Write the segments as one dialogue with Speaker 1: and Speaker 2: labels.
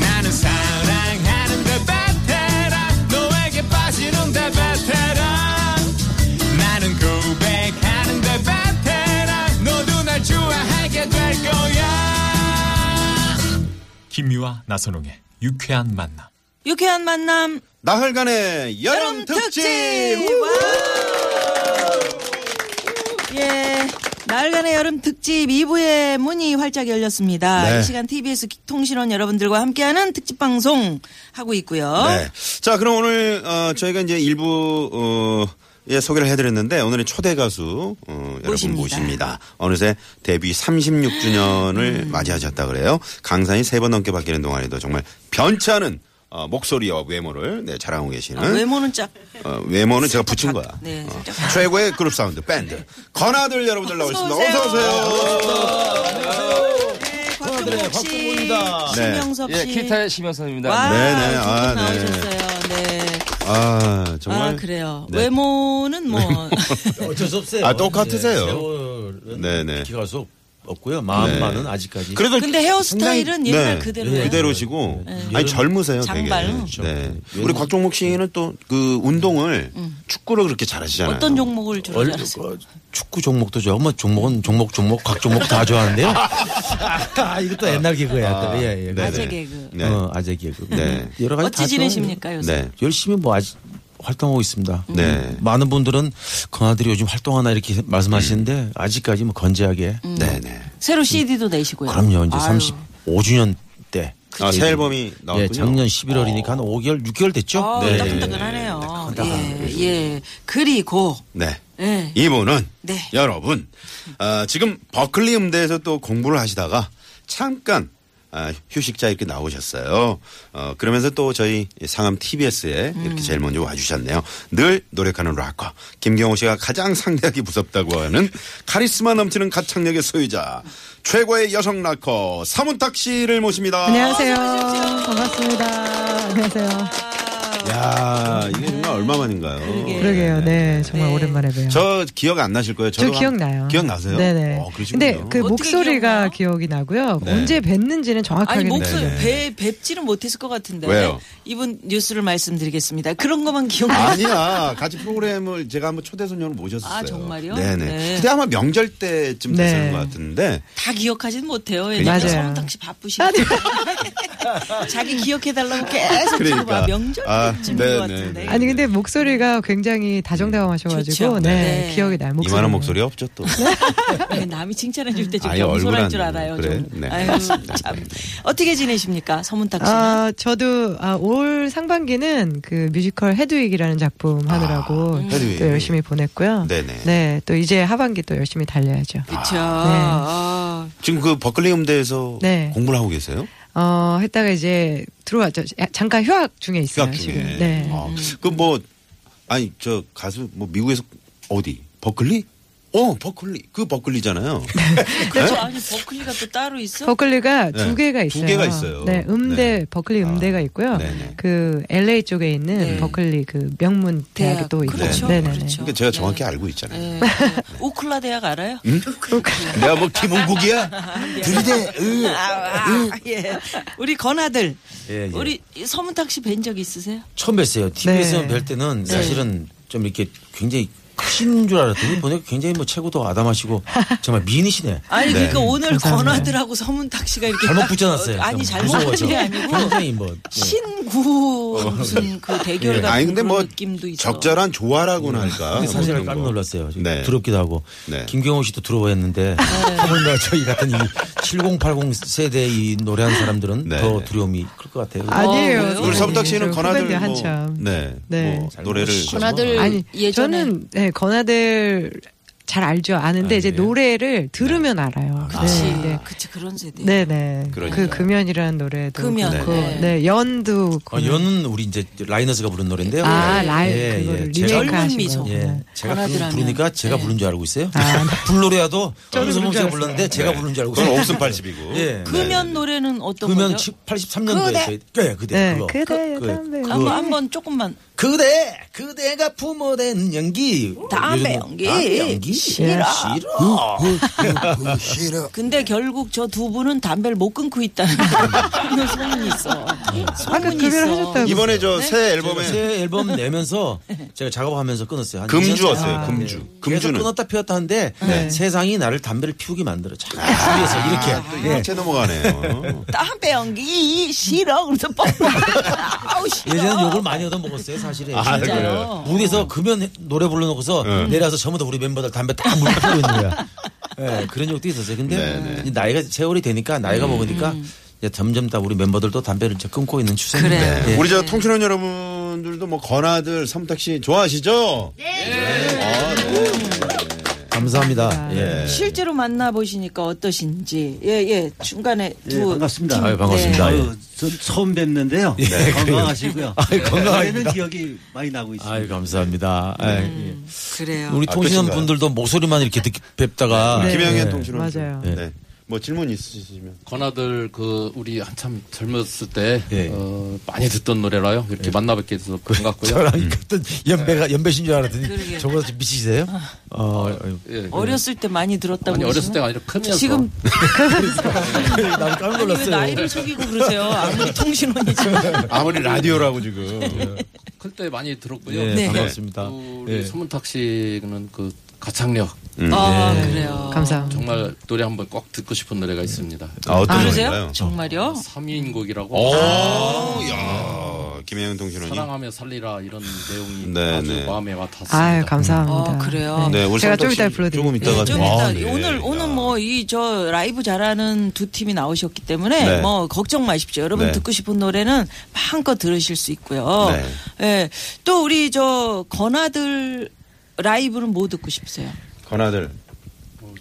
Speaker 1: 나는 사랑하는데 베테랑 너에게 빠지는데 베테랑 나는 고백하는데 베테랑 너도 날 좋아하게 될 거야
Speaker 2: 김미화 나선홍의 유쾌한 만남.
Speaker 3: 유쾌한 만남
Speaker 4: 나흘간의 여름
Speaker 3: 여름 특집.
Speaker 4: 특집!
Speaker 3: 와우. 예. 나흘간의 여름 특집 2부의 문이 활짝 열렸습니다.
Speaker 4: 네.
Speaker 3: 이 시간 TBS 통신원 여러분들과 함께하는 특집 방송 하고 있고요.
Speaker 4: 네. 자, 그럼 오늘 어, 저희가 이제 일부 어, 예, 소개를 해드렸는데 오늘의 초대 가수 어, 여러분
Speaker 3: 모십니다.
Speaker 4: 모십니다. 어느새 데뷔
Speaker 3: 음.
Speaker 4: 36주년을 맞이하셨다 그래요. 강산이 세 번 넘게 바뀌는 동안에도 정말 변치 않은 어, 목소리와 외모를 네, 자랑하고 계시는
Speaker 3: 아, 외모는 짝
Speaker 4: 어, 외모는 제가 붙인 거야.
Speaker 3: 네,
Speaker 4: 어,
Speaker 3: 살짝.
Speaker 4: 최고의 그룹 사운드 밴드 건아들 여러분들 나오셨습니다.
Speaker 3: 어서
Speaker 4: 어서
Speaker 3: 오세요.
Speaker 4: 오세요.
Speaker 5: 어,
Speaker 3: 곽근복 씨,
Speaker 4: 네.
Speaker 3: 심영섭 씨,
Speaker 5: 예, 기타의 심현선입니다.
Speaker 3: 와,
Speaker 4: 네, 네.
Speaker 3: 두분
Speaker 4: 아, 네.
Speaker 3: 나오셨어요. 네.
Speaker 4: 아 정말
Speaker 3: 아, 그래요.
Speaker 4: 네.
Speaker 3: 외모는 뭐
Speaker 6: 어쩔 수 없어요.
Speaker 4: 아, 똑같으세요.
Speaker 6: 네, 세월은
Speaker 4: 네네. 네.
Speaker 6: 기가 수 없고요. 마음만은 아직까지.
Speaker 4: 그래도
Speaker 3: 근데 헤어스타일은
Speaker 4: 상당히-
Speaker 3: 옛날
Speaker 4: 네.
Speaker 3: 그대로예요. 네.
Speaker 4: 그대로시고 아니
Speaker 6: 여름-
Speaker 4: 젊으세요
Speaker 3: 장발.
Speaker 4: 되게. 네. 우리 곽종목 씨는 또 그 운동을 축구를 그렇게 잘하시잖아요.
Speaker 3: 음.
Speaker 4: 네.
Speaker 3: 어떤 종목을 주로
Speaker 6: 얼-
Speaker 3: 잘하세요?
Speaker 6: 어, 축구 종목도 좋아하고, 뭐 종목은 종목, 종목, 각 종목 다 좋아하는데요. 아, 이것도 옛날 개그야. 또. 예, 예.
Speaker 4: 네,
Speaker 3: 아재
Speaker 4: 네.
Speaker 3: 개그.
Speaker 4: 네.
Speaker 6: 어, 아재 개그.
Speaker 4: 네.
Speaker 6: 여러 가지
Speaker 3: 어찌
Speaker 6: 다
Speaker 3: 지내십니까 요새?
Speaker 4: 네.
Speaker 6: 좋아해요. 열심히 뭐 아직 활동하고 있습니다.
Speaker 4: 네.
Speaker 6: 많은 분들은 그 건아들이 요즘 활동하나 이렇게 말씀하시는데
Speaker 4: 음.
Speaker 6: 아직까지 뭐 건재하게.
Speaker 4: 네, 네.
Speaker 3: 새로 CD도 내시고요.
Speaker 6: 그럼요. 이제
Speaker 3: 음. 아유.
Speaker 6: 35주년 때.
Speaker 4: 아, 새 앨범이
Speaker 6: 예,
Speaker 4: 나왔군요. 어.
Speaker 6: 작년 11월이니까 한 5개월, 6개월 됐죠?
Speaker 3: 아,
Speaker 4: 네.
Speaker 3: 따끈따끈하네요. 예, 예. 그리고
Speaker 4: 네.
Speaker 3: 예.
Speaker 4: 이분은
Speaker 3: 네.
Speaker 4: 여러분 어, 지금 버클리 음대에서 또 공부를 하시다가 잠깐 아, 휴식자 이렇게 나오셨어요. 어, 그러면서 또 저희 상암 TBS에 이렇게 제일 먼저 와주셨네요. 늘 노력하는 락커 김경호 씨가 가장 상대하기 무섭다고 하는 카리스마 넘치는 가창력의 소유자 최고의 여성 락커 사문탁 씨를 모십니다.
Speaker 7: 안녕하세요. 반갑습니다. 안녕하세요.
Speaker 4: 야 이게 정말 얼마만인가요?
Speaker 7: 그러게요. 네, 정말 오랜만에 봬요.
Speaker 4: 예. 저 기억 안 나실 거예요.
Speaker 7: 저
Speaker 4: 저도
Speaker 7: 기억나요.
Speaker 4: 기억나세요?
Speaker 7: 네네.
Speaker 4: 어, 그러시군요.
Speaker 7: 근데 그
Speaker 3: 어떻게
Speaker 7: 목소리가
Speaker 3: 기억나요?
Speaker 7: 기억이 나고요.
Speaker 4: 네.
Speaker 7: 언제 뵀는지는 정확하게
Speaker 3: 아니 목소리
Speaker 7: 기억나요.
Speaker 3: 배 뵙지는 못했을 것 같은데
Speaker 4: 왜요?
Speaker 3: 이분 뉴스를 말씀드리겠습니다. 그런 것만 기억나.
Speaker 4: 아니야. 같이 프로그램을 제가 한번 초대 손님으로 모셨었어요.
Speaker 3: 아, 정말요?
Speaker 4: 네네.
Speaker 3: 네.
Speaker 4: 그때 아마 명절 때쯤
Speaker 7: 네.
Speaker 4: 됐을 것 같은데.
Speaker 3: 다 기억하지는 못해요. 왜냐면
Speaker 4: 그러니까.
Speaker 7: 맞아요.
Speaker 3: 서문탁 씨 바쁘시고 자기 기억해달라고 계속 쳐봐 명절
Speaker 4: 아,
Speaker 3: 때쯤인
Speaker 4: 네,
Speaker 3: 것
Speaker 4: 네, 네.
Speaker 3: 같은데.
Speaker 7: 아니 근데 목소리가 굉장히
Speaker 3: 좋죠.
Speaker 7: 다정다감하셔가지고 네,
Speaker 3: 네.
Speaker 7: 기억이 나요. 목소리.
Speaker 4: 이만한 목소리 없죠 또. 네.
Speaker 3: 왜 남이 칭찬해 줄 때 좀
Speaker 4: 아예 얼굴
Speaker 3: 겸손할
Speaker 4: 안
Speaker 3: 줄 알아요.
Speaker 4: 그래?
Speaker 3: 좀.
Speaker 4: 네,
Speaker 3: 아유,
Speaker 4: 알겠습니다.
Speaker 3: 참. 어떻게 지내십니까, 서문탁 씨? 는
Speaker 7: 아 저도 아, 올 상반기는 그 뮤지컬 헤드윅이라는 작품 하느라고
Speaker 4: 헤드윅.
Speaker 7: 또 열심히 보냈고요.
Speaker 4: 네네.
Speaker 7: 네, 또 이제 하반기 또 열심히 달려야죠.
Speaker 3: 그렇죠. 아.
Speaker 4: 지금 그 버클리 음대에서
Speaker 7: 네.
Speaker 4: 공부를 하고 계세요?
Speaker 7: 어 했다가 이제 들어왔죠. 잠깐 휴학 중에 있어요.
Speaker 4: 휴학 중에.
Speaker 7: 지금. 네.
Speaker 4: 아, 그뭐 아니 저 가수 뭐 미국에서 어디 버클리? 어 버클리 그 버클리잖아요.
Speaker 7: 네.
Speaker 3: 아니 버클리가 또 따로 있어?
Speaker 4: 네.
Speaker 7: 버클리가 두 개가
Speaker 4: 두
Speaker 7: 있어요.
Speaker 4: 개가 있어요.
Speaker 7: 네, 음대
Speaker 4: 네.
Speaker 7: 버클리 음대가 있고요.
Speaker 4: 네네.
Speaker 7: 그 LA 쪽에 있는
Speaker 3: 네.
Speaker 7: 버클리 그 명문 대학이
Speaker 3: 대학.
Speaker 7: 또 있고.
Speaker 3: 그렇죠.
Speaker 7: 네네네.
Speaker 3: 그렇죠.
Speaker 4: 그러니까 제가 정확히 알고 있잖아요. 음?
Speaker 3: 네. 오클라 대학 알아요?
Speaker 6: 음.
Speaker 4: 내가 뭐 김은국이야?
Speaker 3: 네.
Speaker 4: 들이대. 으.
Speaker 3: 아, 아, 예. 우리 건아들,
Speaker 6: 예, 예.
Speaker 3: 우리 이 서문탁 씨 뵌 적 있으세요?
Speaker 6: 처음 뵀어요. TV에서
Speaker 7: 네.
Speaker 6: 뵐 때는 사실은 좀 이렇게 굉장히 크신 줄 알았더니 보니까 굉장히 뭐 최고도 아담하시고 정말 미인이시네.
Speaker 3: 아니 그러니까 오늘
Speaker 7: 감사합니다.
Speaker 3: 건아들하고 서문탁 씨가 이렇게
Speaker 6: 잘못
Speaker 3: 딱-
Speaker 6: 붙여놨어요.
Speaker 3: 아니 잘못
Speaker 6: 무서워서. 네.
Speaker 3: 붙인 게 아니고
Speaker 6: 굉장히 뭐 네.
Speaker 3: 신구 무슨 그
Speaker 6: 예.
Speaker 3: 대결 같은
Speaker 4: 아니 근데
Speaker 3: 그런
Speaker 4: 뭐
Speaker 3: 느낌도 있어.
Speaker 4: 적절한 조화라고나 할까.
Speaker 7: 네,
Speaker 6: 근데 사실
Speaker 4: 뭐 그런
Speaker 6: 깜짝
Speaker 4: 거.
Speaker 6: 놀랐어요.
Speaker 4: 네.
Speaker 6: 두렵기도 하고.
Speaker 4: 네.
Speaker 6: 김경호 씨도 두려워했는데
Speaker 7: 네.
Speaker 6: 더군다나 저희 같은 이 7080 세대 이 노래하는 사람들은
Speaker 4: 네.
Speaker 6: 더 두려움이 클 것 같아요.
Speaker 7: 아니에요.
Speaker 3: 어, 그래요?
Speaker 4: 우리
Speaker 7: 네,
Speaker 4: 서부탁 씨는
Speaker 7: 저
Speaker 4: 건아들
Speaker 7: 후배인데
Speaker 4: 뭐,
Speaker 7: 한참.
Speaker 4: 네,
Speaker 7: 네.
Speaker 4: 뭐 노래를
Speaker 3: 그
Speaker 6: 잘
Speaker 7: 아니
Speaker 8: 예전에-
Speaker 7: 저는 네, 건아들 잘 알죠. 아는데
Speaker 6: 아,
Speaker 7: 이제
Speaker 6: 예.
Speaker 4: 네.
Speaker 7: 노래를 들으면 알아요.
Speaker 3: 그치.
Speaker 7: 네,
Speaker 3: 그치, 그런 세대.
Speaker 7: 네. 네네.
Speaker 4: 그러니까요.
Speaker 7: 그 금연이라는 노래도
Speaker 3: 금연,
Speaker 7: 그렇고,
Speaker 3: 네.
Speaker 7: 네. 연도
Speaker 4: 아,
Speaker 6: 어, 연은 우리 이제 라이너스가 부른 노래인데요.
Speaker 7: 아 라이
Speaker 6: 예, 예.
Speaker 7: 그거를
Speaker 6: 제가-
Speaker 7: 리메이크
Speaker 3: 젊은
Speaker 7: 하신
Speaker 3: 미소.
Speaker 7: 거예요.
Speaker 6: 예, 제가 그걸
Speaker 3: 번화들
Speaker 6: 부르니까
Speaker 3: 하면.
Speaker 6: 제가
Speaker 3: 네.
Speaker 6: 부른 줄 알고 있어요.
Speaker 7: 아.
Speaker 6: 불노래야도
Speaker 7: 부른
Speaker 6: 정유선
Speaker 7: 줄
Speaker 6: 씨가
Speaker 7: 알았어요.
Speaker 6: 불렀는데 제가 부른 줄 알고
Speaker 4: 그건
Speaker 6: 있어요.
Speaker 4: 옥순팔집이고.
Speaker 6: 예.
Speaker 3: 금연 노래는 어떤
Speaker 6: 금연
Speaker 3: 거죠?
Speaker 6: 83년도에 저희 예, 그대
Speaker 7: 네,
Speaker 6: 그거.
Speaker 7: 그대여
Speaker 6: 그-
Speaker 7: 담배.
Speaker 6: 그-
Speaker 3: 한번 한번 조금만
Speaker 6: 그대 그대가 부모된 연기
Speaker 3: 담배
Speaker 6: 요즘-
Speaker 3: 연기.
Speaker 6: 담배 연기
Speaker 3: 싫어.
Speaker 6: 싫어
Speaker 3: 근데 결국 저 두 분은 담배를 못 끊고 있다는 그런 소문이 있어.
Speaker 7: 아까
Speaker 3: 소문이
Speaker 7: 급여를
Speaker 3: 있어.
Speaker 7: 하셨다고.
Speaker 4: 이번에 저 새
Speaker 6: 제가
Speaker 4: 앨범에
Speaker 6: 새 앨범 내면서 제가 작업하면서 끊었어요. 한
Speaker 4: 금주였어요,
Speaker 6: 2년 동안.
Speaker 4: 아. 금주.
Speaker 6: 예.
Speaker 4: 금주는.
Speaker 6: 계속 끊었다 피웠다 하는데 세상이 나를 담배를 피우게 만들어. 자꾸 주위에서
Speaker 4: 아, 또
Speaker 6: 이렇게. 예.
Speaker 4: 이렇게 넘어가네요.
Speaker 3: 담배 연기 싫어. 그래서 뻥뻥. 아우 싫어.
Speaker 6: 예전에 욕을 많이 얻어먹었어요, 사실은.
Speaker 4: 아,
Speaker 6: 진짜.
Speaker 4: 그래요? 네.
Speaker 6: 무대에서 금연 노래 불러놓고서 내려와서 전부터 우리 멤버들 담배 다 물고 피우고 있는 거야. 예, 그런 욕도 있었어요. 근데
Speaker 4: 네네. 음.
Speaker 6: 이제 나이가 세월이 되니까 나이가 먹으니까 이제 점점 다 우리 멤버들도 담배를 이제 끊고 있는 추세인데.
Speaker 3: 음. 그래요.
Speaker 6: 예.
Speaker 4: 네. 우리 저 통신원 여러분들도 뭐 건아들 삼탁 씨 좋아하시죠? 네.
Speaker 6: 감사합니다. 예.
Speaker 3: 실제로 만나보시니까 어떠신지 예예 중간에 두
Speaker 9: 예, 반갑습니다.
Speaker 3: 팀,
Speaker 6: 아유, 반갑습니다.
Speaker 3: 네.
Speaker 6: 예.
Speaker 9: 아유, 어, 전 처음 뵙는데요. 건강하시고요.
Speaker 4: 네.
Speaker 9: 건강하는 기억이 많이 나고 있습니다.
Speaker 6: 아유, 감사합니다. 예.
Speaker 3: 그래요.
Speaker 6: 우리
Speaker 4: 네. 아,
Speaker 6: 통신원
Speaker 4: 끝인가요? 네.
Speaker 6: 분들도 목소리만 이렇게 듣, 뵙다가
Speaker 3: 네.
Speaker 4: 김영현
Speaker 6: 예.
Speaker 4: 통신원
Speaker 7: 맞아요.
Speaker 4: 네. 뭐 질문 있으시면
Speaker 10: 건아들 그 우리 한참 젊었을 때
Speaker 6: 예.
Speaker 10: 어, 많이 듣던 노래라요. 이렇게 만나 뵙게 돼서 반갑고요.
Speaker 4: 음.
Speaker 6: 저랑 같은 연배가 연배신 줄 알았더니
Speaker 3: 그러게.
Speaker 6: 저보다 좀 미치세요?
Speaker 3: 아.
Speaker 6: 어,
Speaker 10: 예.
Speaker 3: 어렸을 때 많이 들었다고
Speaker 10: 아니
Speaker 3: 그러시나?
Speaker 10: 어렸을 때가 아니라 크면서
Speaker 3: 지금
Speaker 6: 나도 깜짝
Speaker 3: 아니 왜
Speaker 6: 놀랐어요.
Speaker 3: 나이를 속이고 그러세요 아무리 통신원이지만
Speaker 4: 아무리 라디오라고 지금
Speaker 10: 클 때 많이 들었고요.
Speaker 6: 예,
Speaker 3: 네.
Speaker 6: 반갑습니다.
Speaker 10: 또
Speaker 6: 예.
Speaker 10: 우리 서문탁 씨는 그 가창력
Speaker 3: 아 그래요
Speaker 7: 감사합니다.
Speaker 10: 정말 노래 한번 꼭 듣고 싶은 노래가 있습니다.
Speaker 4: 아, 어떤
Speaker 3: 아
Speaker 4: 노래인가요?
Speaker 3: 그러세요
Speaker 10: 어.
Speaker 3: 정말요
Speaker 10: 삼인곡이라고
Speaker 4: 오, 야, 김영현 통신원이
Speaker 10: 사랑하며 살리라 이런 내용이
Speaker 4: 네,
Speaker 10: 아주
Speaker 4: 네.
Speaker 10: 마음에 와닿습니다.
Speaker 7: 아유 감사합니다.
Speaker 3: 아, 그래요?
Speaker 4: 네, 우리
Speaker 7: 제가 좀
Speaker 4: 삼탁
Speaker 7: 이따
Speaker 4: 씨
Speaker 7: 불러드릴게요.
Speaker 4: 조금 이따가
Speaker 3: 좀 어.
Speaker 4: 아,
Speaker 3: 이따
Speaker 4: 네.
Speaker 3: 오늘 오늘
Speaker 4: 야.
Speaker 3: 뭐 이 저 라이브 잘하는 두 팀이 나오셨기 때문에
Speaker 4: 네.
Speaker 3: 뭐 걱정 마십시오. 여러분
Speaker 4: 네.
Speaker 3: 듣고 싶은 노래는 마음껏 들으실 수 있고요.
Speaker 4: 네.
Speaker 3: 예. 또 우리 저 건아들 라이브는 뭐 듣고 싶으세요?
Speaker 4: 건아들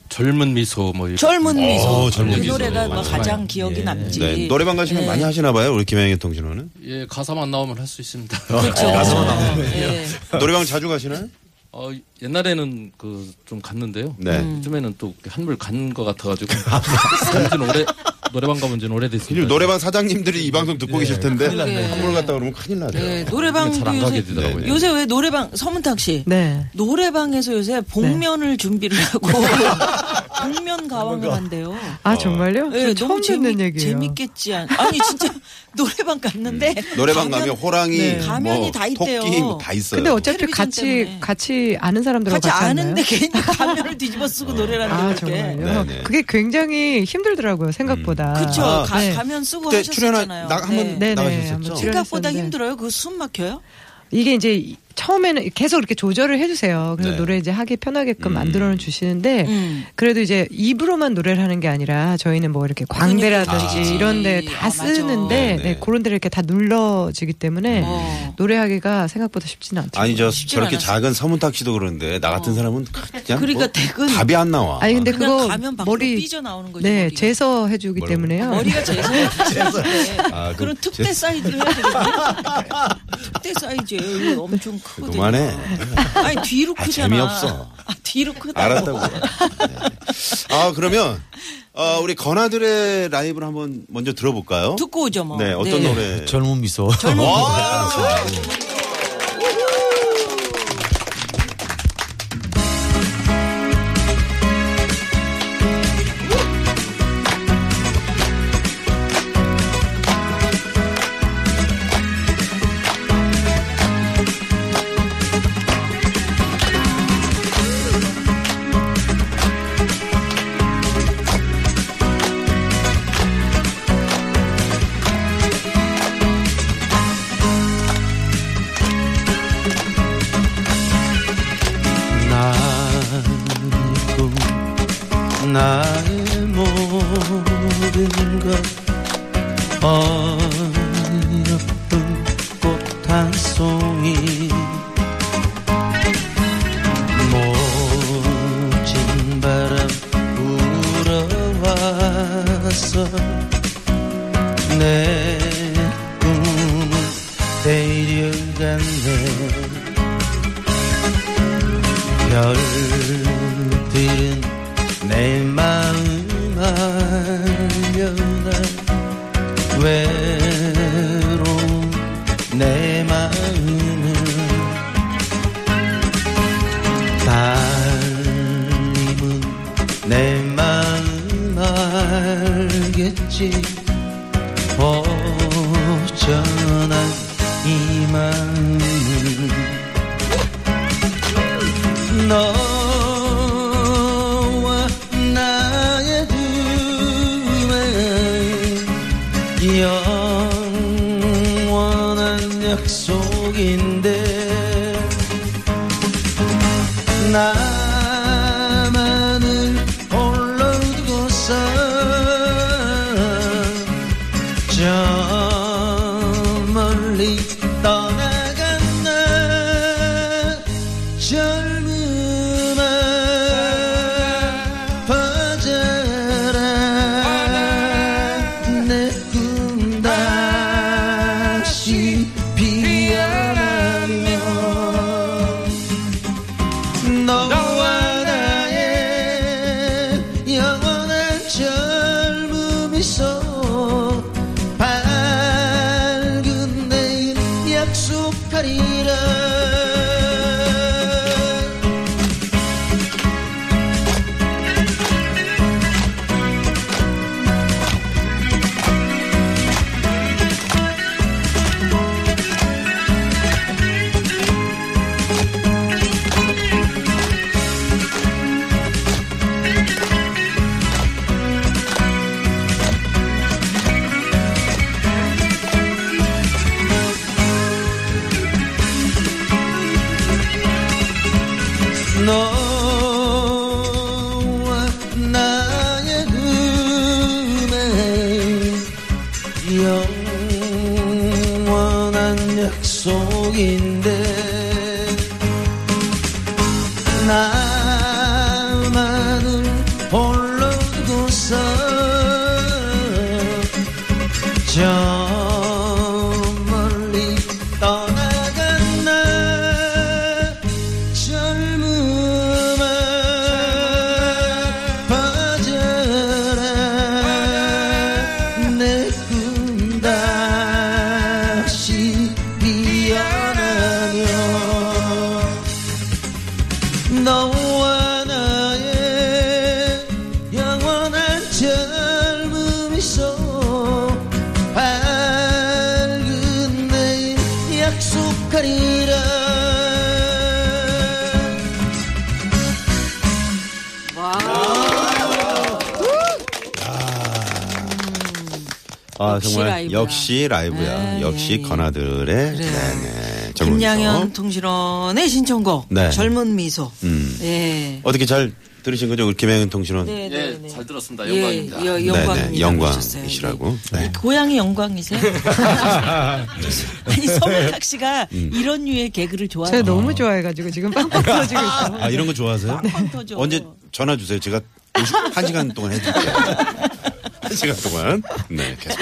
Speaker 10: 젊은 미소 뭐 이런
Speaker 3: 젊은 미소.
Speaker 4: 어, 젊은
Speaker 3: 그
Speaker 4: 미소.
Speaker 3: 노래가 뭐
Speaker 4: 맞아요.
Speaker 10: 예.
Speaker 3: 가장 기억이 남지.
Speaker 4: 네, 노래방 가시면
Speaker 3: 예.
Speaker 4: 많이 하시나 봐요 우리 김영현 통신원은
Speaker 10: 예 가사만 나오면 할 수 있습니다.
Speaker 3: 그렇죠.
Speaker 4: 아,
Speaker 3: 예.
Speaker 4: 노래방 자주 가시나요?
Speaker 10: 어, 옛날에는 그 좀 갔는데요.
Speaker 4: 네.
Speaker 3: 음.
Speaker 10: 요즘에는 또 한물 간것 같아가지고. 간지는 오래 노래방 가본 지는
Speaker 4: 지금
Speaker 10: 오래됐습니다.
Speaker 4: 노래방 사장님들이 이 방송 듣고 계실 텐데 한물 갔다 그러면 큰일 나네요.
Speaker 3: 예, 노래방도
Speaker 10: 잘안 가게
Speaker 3: 요새
Speaker 10: 되더라고요.
Speaker 4: 네,
Speaker 3: 요새 왜 노래방 서문탁 씨
Speaker 7: 네.
Speaker 3: 노래방에서 요새 복면을 준비를 하고 복면 가왕을 한대요.
Speaker 7: 아 정말요?
Speaker 3: 예,
Speaker 7: 저 처음 듣는 얘기예요.
Speaker 3: 재밌겠지 않? 아니 진짜 노래방 갔는데
Speaker 4: 음. 노래방
Speaker 3: 가면
Speaker 4: 가면 호랑이,
Speaker 3: 네.
Speaker 4: 뭐,
Speaker 3: 가면이 다 있대요.
Speaker 4: 토끼 뭐 다 있어요.
Speaker 7: 근데 어차피
Speaker 3: 텔레비전
Speaker 7: 같이
Speaker 3: 때문에.
Speaker 7: 같이 아는 사람들하고
Speaker 3: 같이
Speaker 7: 같이,
Speaker 3: 아는데
Speaker 7: 왔나요?
Speaker 3: 괜히 가면을 뒤집어 쓰고 노래를
Speaker 7: 아
Speaker 3: 한다는 게.
Speaker 7: 정말요?
Speaker 4: 네, 네.
Speaker 7: 그게 굉장히 힘들더라고요 생각보다.
Speaker 3: 음. 그쵸
Speaker 4: 아,
Speaker 3: 가,
Speaker 7: 네.
Speaker 3: 가면 쓰고
Speaker 4: 그때 출연한
Speaker 3: 하셨잖아요.
Speaker 4: 나- 한번
Speaker 7: 네.
Speaker 4: 나가셨었죠?
Speaker 7: 한번 출연-
Speaker 3: 생각보다
Speaker 7: 출연했었는데.
Speaker 3: 힘들어요. 그 숨 막혀요?
Speaker 7: 이게 이제 이- 처음에는 계속 이렇게 조절을 해주세요. 그래서
Speaker 4: 네. 음.
Speaker 7: 노래 이제 하기 편하게끔 만들어 주시는데
Speaker 3: 음.
Speaker 7: 그래도 이제 입으로만 노래를 하는 게 아니라 저희는 뭐 이렇게 광대라든지
Speaker 3: 아.
Speaker 7: 이런 데
Speaker 3: 아,
Speaker 7: 다
Speaker 3: 맞아.
Speaker 7: 쓰는데
Speaker 4: 네네. 음.
Speaker 7: 네, 그런 데를 이렇게 다 눌러지기 때문에
Speaker 3: 어.
Speaker 7: 노래하기가 생각보다 쉽지는 않죠.
Speaker 4: 아니 저
Speaker 3: 쉽진
Speaker 4: 저렇게
Speaker 3: 않았어요.
Speaker 4: 작은 서문탁 씨도 그러는데 나 같은 사람은 그냥
Speaker 3: 어. 그러니까
Speaker 4: 뭐
Speaker 3: 대근-
Speaker 4: 답이 안 나와.
Speaker 7: 아니 근데
Speaker 3: 그냥
Speaker 7: 그거
Speaker 3: 가면 밖으로
Speaker 7: 머리
Speaker 3: 삐져나오는 거지,
Speaker 7: 네,
Speaker 3: 머리가.
Speaker 7: 재서 해주기
Speaker 4: 뭐라고?
Speaker 7: 때문에요.
Speaker 3: 머리가 재서요.
Speaker 4: 아,
Speaker 3: 그런
Speaker 4: 그럼
Speaker 3: 특대
Speaker 4: 제-
Speaker 3: 사이즈를 해야 되거든요. 특대 사이즈예요. 이거 엄청 크거든요.
Speaker 4: 아, 그만해.
Speaker 3: 아니 뒤로
Speaker 4: 아,
Speaker 3: 크잖아.
Speaker 4: 재미없어.
Speaker 3: 아, 뒤로 크다.
Speaker 4: 알았다고. 네. 아 그러면 어, 우리 건아들의 라이브를 한번 먼저 들어볼까요?
Speaker 3: 듣고 오죠 뭐.
Speaker 4: 네 어떤
Speaker 3: 네.
Speaker 4: 노래?
Speaker 6: 젊은 미소. 그렇죠. 나는 또 나의 모든 것 어여쁜 꽃 한 송이 모지
Speaker 5: 왔어 내 꿈은 데려갔네
Speaker 4: 네.
Speaker 5: 별들은 내 마음 알려나 외로운 내 마음을 네. 삶은 내 마음 알겠지 어쩌나 이 마음은 너와 나의 둘의 영원한 약속인데 나만을 홀로 두고서 저 멀리 떠나갔나 젊음아 퍼져라 내 꿈 다시 피어나며 너와 나의 영원한 젊음이 속 밝은 내일 약속하리라 너와 나의 꿈에 영원한 약속인데 나만을 홀로 두고서 저 멀리 떠나갔나 젊음아 퍼져라 내 꿈 다시 피어나며 너와 나의 영원한 젊음이 속 밝은 내일 약속하리라
Speaker 4: 아,
Speaker 3: 역시
Speaker 4: 정말
Speaker 3: 라이브야.
Speaker 4: 역시 라이브야.
Speaker 3: 아,
Speaker 4: 역시
Speaker 3: 예, 예.
Speaker 4: 건아들의 네, 네네. 전문성.
Speaker 3: 김양현 통신원의 신청곡
Speaker 4: 네.
Speaker 3: 젊은 미소.
Speaker 4: 음.
Speaker 3: 예.
Speaker 4: 어떻게 잘 들으신 거죠? 우리 김혜은 통신원.
Speaker 3: 네, 네,
Speaker 10: 예,
Speaker 3: 네.
Speaker 10: 잘 들었습니다.
Speaker 3: 예,
Speaker 10: 영광입니다.
Speaker 3: 여- 영광입니다.
Speaker 4: 네, 영광이시라고.
Speaker 3: 예.
Speaker 4: 네.
Speaker 3: 고향이 영광이세요? 아니 서문탁 씨가
Speaker 4: 음.
Speaker 3: 이런 류의 개그를 좋아해요.
Speaker 7: 제가 너무 좋아해가지고 지금 빵빵 터지고 있어요.
Speaker 4: 아, 이런 거 좋아하세요?
Speaker 3: 빵 터져.
Speaker 4: 언제 전화 주세요. 제가 한 시간 동안 해드릴게요. 한 시간 동안. 네, 계속.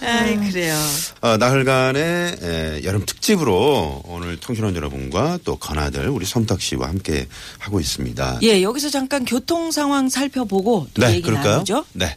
Speaker 3: 아이 그래요.
Speaker 4: 어, 나흘간의 에, 여름 특집으로 오늘 통신원 여러분과 또 건아들 우리 섬탁 씨와 함께 하고 있습니다.
Speaker 3: 예, 여기서 잠깐 교통 상황 살펴보고 또
Speaker 4: 네,
Speaker 3: 얘기
Speaker 4: 그럴까요?
Speaker 3: 나누죠.
Speaker 4: 네.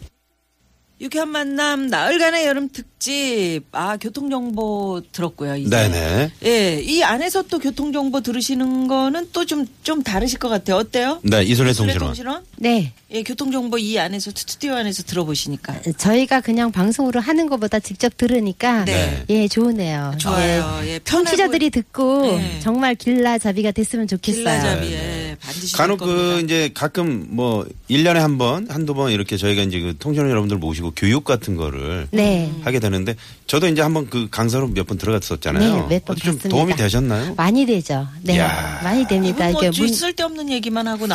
Speaker 3: 유쾌한 만남 나흘간의 여름 특집 아 교통 정보 들었고요. 이제.
Speaker 4: 네네.
Speaker 3: 예, 이 안에서 또 교통 정보 들으시는 거는 또 좀 좀 다르실 것 같아요. 어때요?
Speaker 4: 네,
Speaker 3: 그래,
Speaker 4: 이소래 통신원.
Speaker 3: 통신원?
Speaker 6: 네.
Speaker 3: 예, 교통 정보 이 안에서 스튜디오 안에서 들어보시니까
Speaker 6: 저희가 그냥 방송으로 하는 것보다 직접 들으니까
Speaker 4: 네.
Speaker 6: 예 좋으네요.
Speaker 3: 좋아요. 예, 편하고
Speaker 6: 청취자들이 듣고
Speaker 3: 네.
Speaker 6: 정말 길라잡이가 됐으면 좋겠어요. 네.
Speaker 3: 길라잡이에 예, 반드시
Speaker 4: 간혹
Speaker 3: 될 겁니다.
Speaker 4: 그 이제 가끔 뭐 1년에 한 번, 한두 번 이렇게 저희가 이제 그 통신원 여러분들 모시고 교육 같은 거를
Speaker 6: 네.
Speaker 4: 하게 되는데 저도 이제 한번 그 강사로 몇 번 들어갔었잖아요.
Speaker 6: 네, 몇번
Speaker 4: 어떻게 좀
Speaker 6: 봤습니다.
Speaker 4: 도움이 되셨나요?
Speaker 6: 많이 되죠. 네.
Speaker 4: 야.
Speaker 6: 많이 됩니다.
Speaker 3: 이분 뭐
Speaker 6: 이게
Speaker 3: 음.
Speaker 6: 문-
Speaker 3: 줄 쓸데없는 얘기만 하고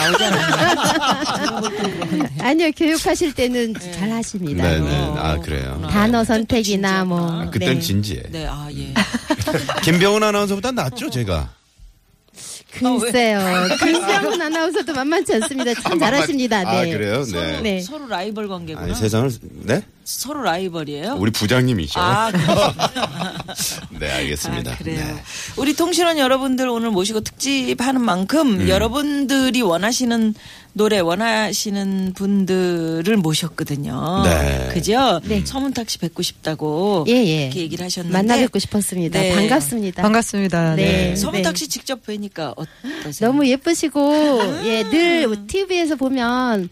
Speaker 3: 나오잖아요.
Speaker 6: 아니요. 교육하실 때는 잘 하십니다.
Speaker 4: 네,
Speaker 6: 뭐
Speaker 4: 네. 아, 그래요.
Speaker 6: 단어 선택이나 뭐
Speaker 4: 아, 그땐
Speaker 6: 네.
Speaker 4: 진지해.
Speaker 3: 네, 아 예.
Speaker 4: 김병훈 아나운서보다 낫죠, 제가.
Speaker 6: 글쎄요. 금상훈 아나운서도 만만치 않습니다. 참
Speaker 4: 아,
Speaker 6: 잘하십니다.
Speaker 4: 아,
Speaker 6: 네.
Speaker 4: 그래요?
Speaker 3: 서로,
Speaker 4: 네.
Speaker 3: 서로 라이벌 관계구나.
Speaker 4: 아니, 세상을, 네?
Speaker 3: 서로 라이벌이에요?
Speaker 4: 우리 부장님이셔.
Speaker 3: 아, 그렇구나.
Speaker 4: 네, 알겠습니다.
Speaker 3: 아, 그래요.
Speaker 4: 네.
Speaker 3: 우리 통신원 여러분들 오늘 모시고 특집하는 만큼
Speaker 4: 음.
Speaker 3: 여러분들이 원하시는 노래 원하시는 분들을 모셨거든요.
Speaker 4: 네.
Speaker 3: 그죠? 서문탁 씨 뵙고 싶다고
Speaker 6: 예, 예.
Speaker 3: 이렇게 얘기를 하셨는데
Speaker 6: 만나 뵙고 싶었습니다.
Speaker 3: 네.
Speaker 6: 반갑습니다.
Speaker 7: 반갑습니다.
Speaker 6: 네.
Speaker 3: 서문탁 씨 직접 뵈니까 어떠세요?
Speaker 6: 너무 예쁘시고 예 늘 TV에서 보면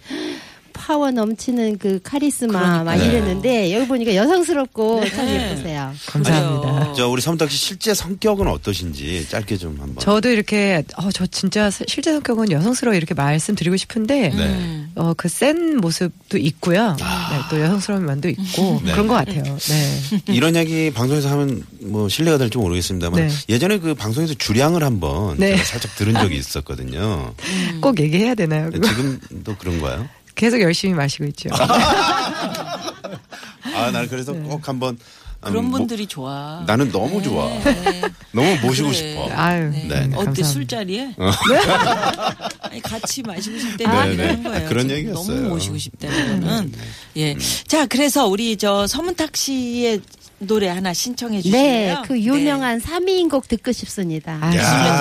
Speaker 6: 파워 넘치는 그 카리스마 막 이랬는데 여기 보니까 여성스럽고 참
Speaker 3: 네.
Speaker 6: 예쁘세요.
Speaker 7: 감사합니다.
Speaker 3: 그래요.
Speaker 4: 저 우리 섬탁 씨 실제 성격은 어떠신지 짧게 좀 한번.
Speaker 7: 저도 이렇게 어 저 진짜 세- 실제 성격은 여성스러워 이렇게 말씀드리고 싶은데
Speaker 6: 음.
Speaker 4: 네.
Speaker 7: 어 그 센 모습도 있고요.
Speaker 3: 아.
Speaker 7: 네, 또 여성스러운 면도
Speaker 3: 음.
Speaker 7: 있고
Speaker 4: 네.
Speaker 7: 그런 것 같아요. 네.
Speaker 4: 이런 얘기 방송에서 하면 뭐 신뢰가 될지 모르겠습니다만
Speaker 7: 네.
Speaker 4: 예전에 그 방송에서 주량을 한번
Speaker 7: 네.
Speaker 4: 제가 살짝 들은 적이 있었거든요.
Speaker 3: 음.
Speaker 7: 꼭 얘기해야 되나요?
Speaker 3: 그렇죠.
Speaker 7: 그거?
Speaker 4: 네, 지금도 그런가요?
Speaker 7: 계속 열심히 마시고 있죠.
Speaker 4: 아, 난 그래서 꼭 한번 음,
Speaker 3: 네. 그런
Speaker 4: 뭐-
Speaker 3: 분들이 좋아.
Speaker 4: 나는 너무 좋아. 너무 모시고
Speaker 3: 그래.
Speaker 4: 싶어.
Speaker 7: 아유.
Speaker 3: 네.
Speaker 4: 네, 네.
Speaker 3: 어때
Speaker 7: 감사합니다.
Speaker 3: 술자리에? 아니, 같이 마시고 싶다는
Speaker 4: 네,
Speaker 3: 얘기를
Speaker 4: 네.
Speaker 3: 한 거예요.
Speaker 4: 아, 그런
Speaker 3: 지금
Speaker 4: 얘기였어요. 음. 네,
Speaker 3: 너무 모시고 싶다는 거는. 예. 자, 그래서 우리 저 서문탁 씨의 노래 하나 신청해
Speaker 6: 네,
Speaker 3: 주시고요. 네.
Speaker 6: 그 유명한 삼위인곡 듣고 싶습니다.
Speaker 7: 아,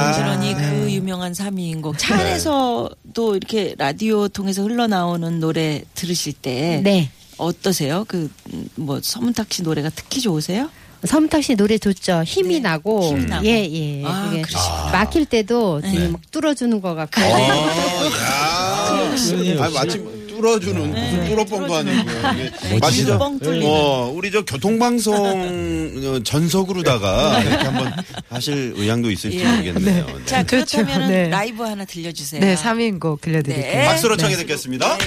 Speaker 3: 동지런이 그
Speaker 4: 네.
Speaker 3: 유명한 3위인 곡. 차 안에서도 이렇게 라디오 통해서 흘러나오는 노래 들으실 때
Speaker 6: 네.
Speaker 3: 어떠세요? 그 뭐 서문탁 씨 노래가 특히 좋으세요?
Speaker 6: 섬탁 씨 노래 좋죠. 힘이
Speaker 3: 네.
Speaker 6: 나고,
Speaker 3: 힘이 나고.
Speaker 6: 예, 예.
Speaker 3: 아,
Speaker 6: 그게 어,
Speaker 3: 그러시구나.
Speaker 6: 막힐 때도 되게
Speaker 4: 네.
Speaker 6: 막 뚫어주는 것 같고.
Speaker 3: 네.
Speaker 4: 아, 마침 뚫어주는
Speaker 3: 네.
Speaker 4: 무슨 뚫어뻥도 아니고 이게 마치
Speaker 3: 뻥 뚫리는.
Speaker 4: 어, 우리 저 교통방송 어, 전석으로다가 이렇게 한번 하실 의향도 있을지
Speaker 3: 예.
Speaker 4: 모르겠네요.
Speaker 3: 자,
Speaker 4: 네.
Speaker 3: 그렇다면 은
Speaker 7: 좋죠. 네.
Speaker 3: 라이브 하나 들려주세요.
Speaker 7: 네, 3인곡 들려드릴게요.
Speaker 3: 네.
Speaker 4: 박수로 청해 듣겠습니다.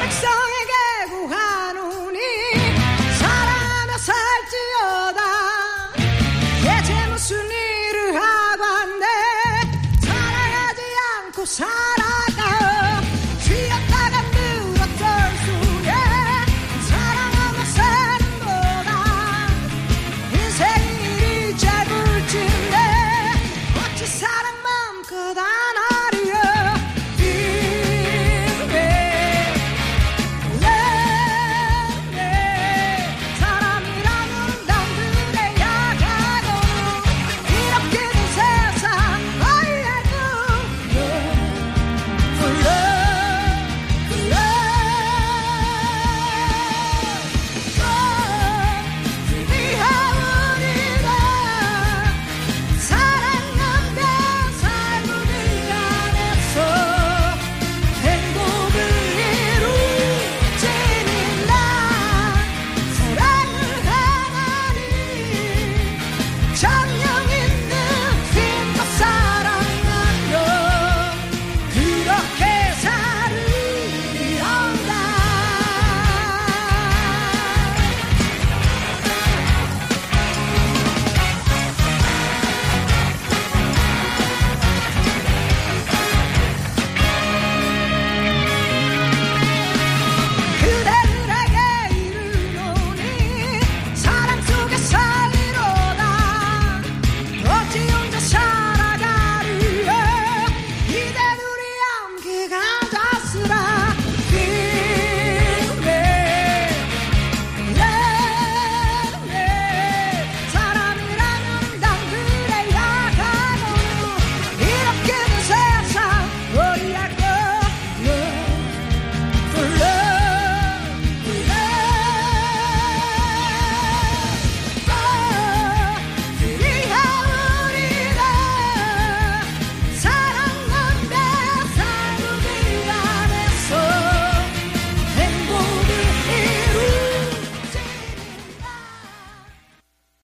Speaker 1: 만백성에게 구하노니 사랑하며 살지어다 대체 무슨 일을 하고 한데 사랑하지 않고 살
Speaker 3: 아,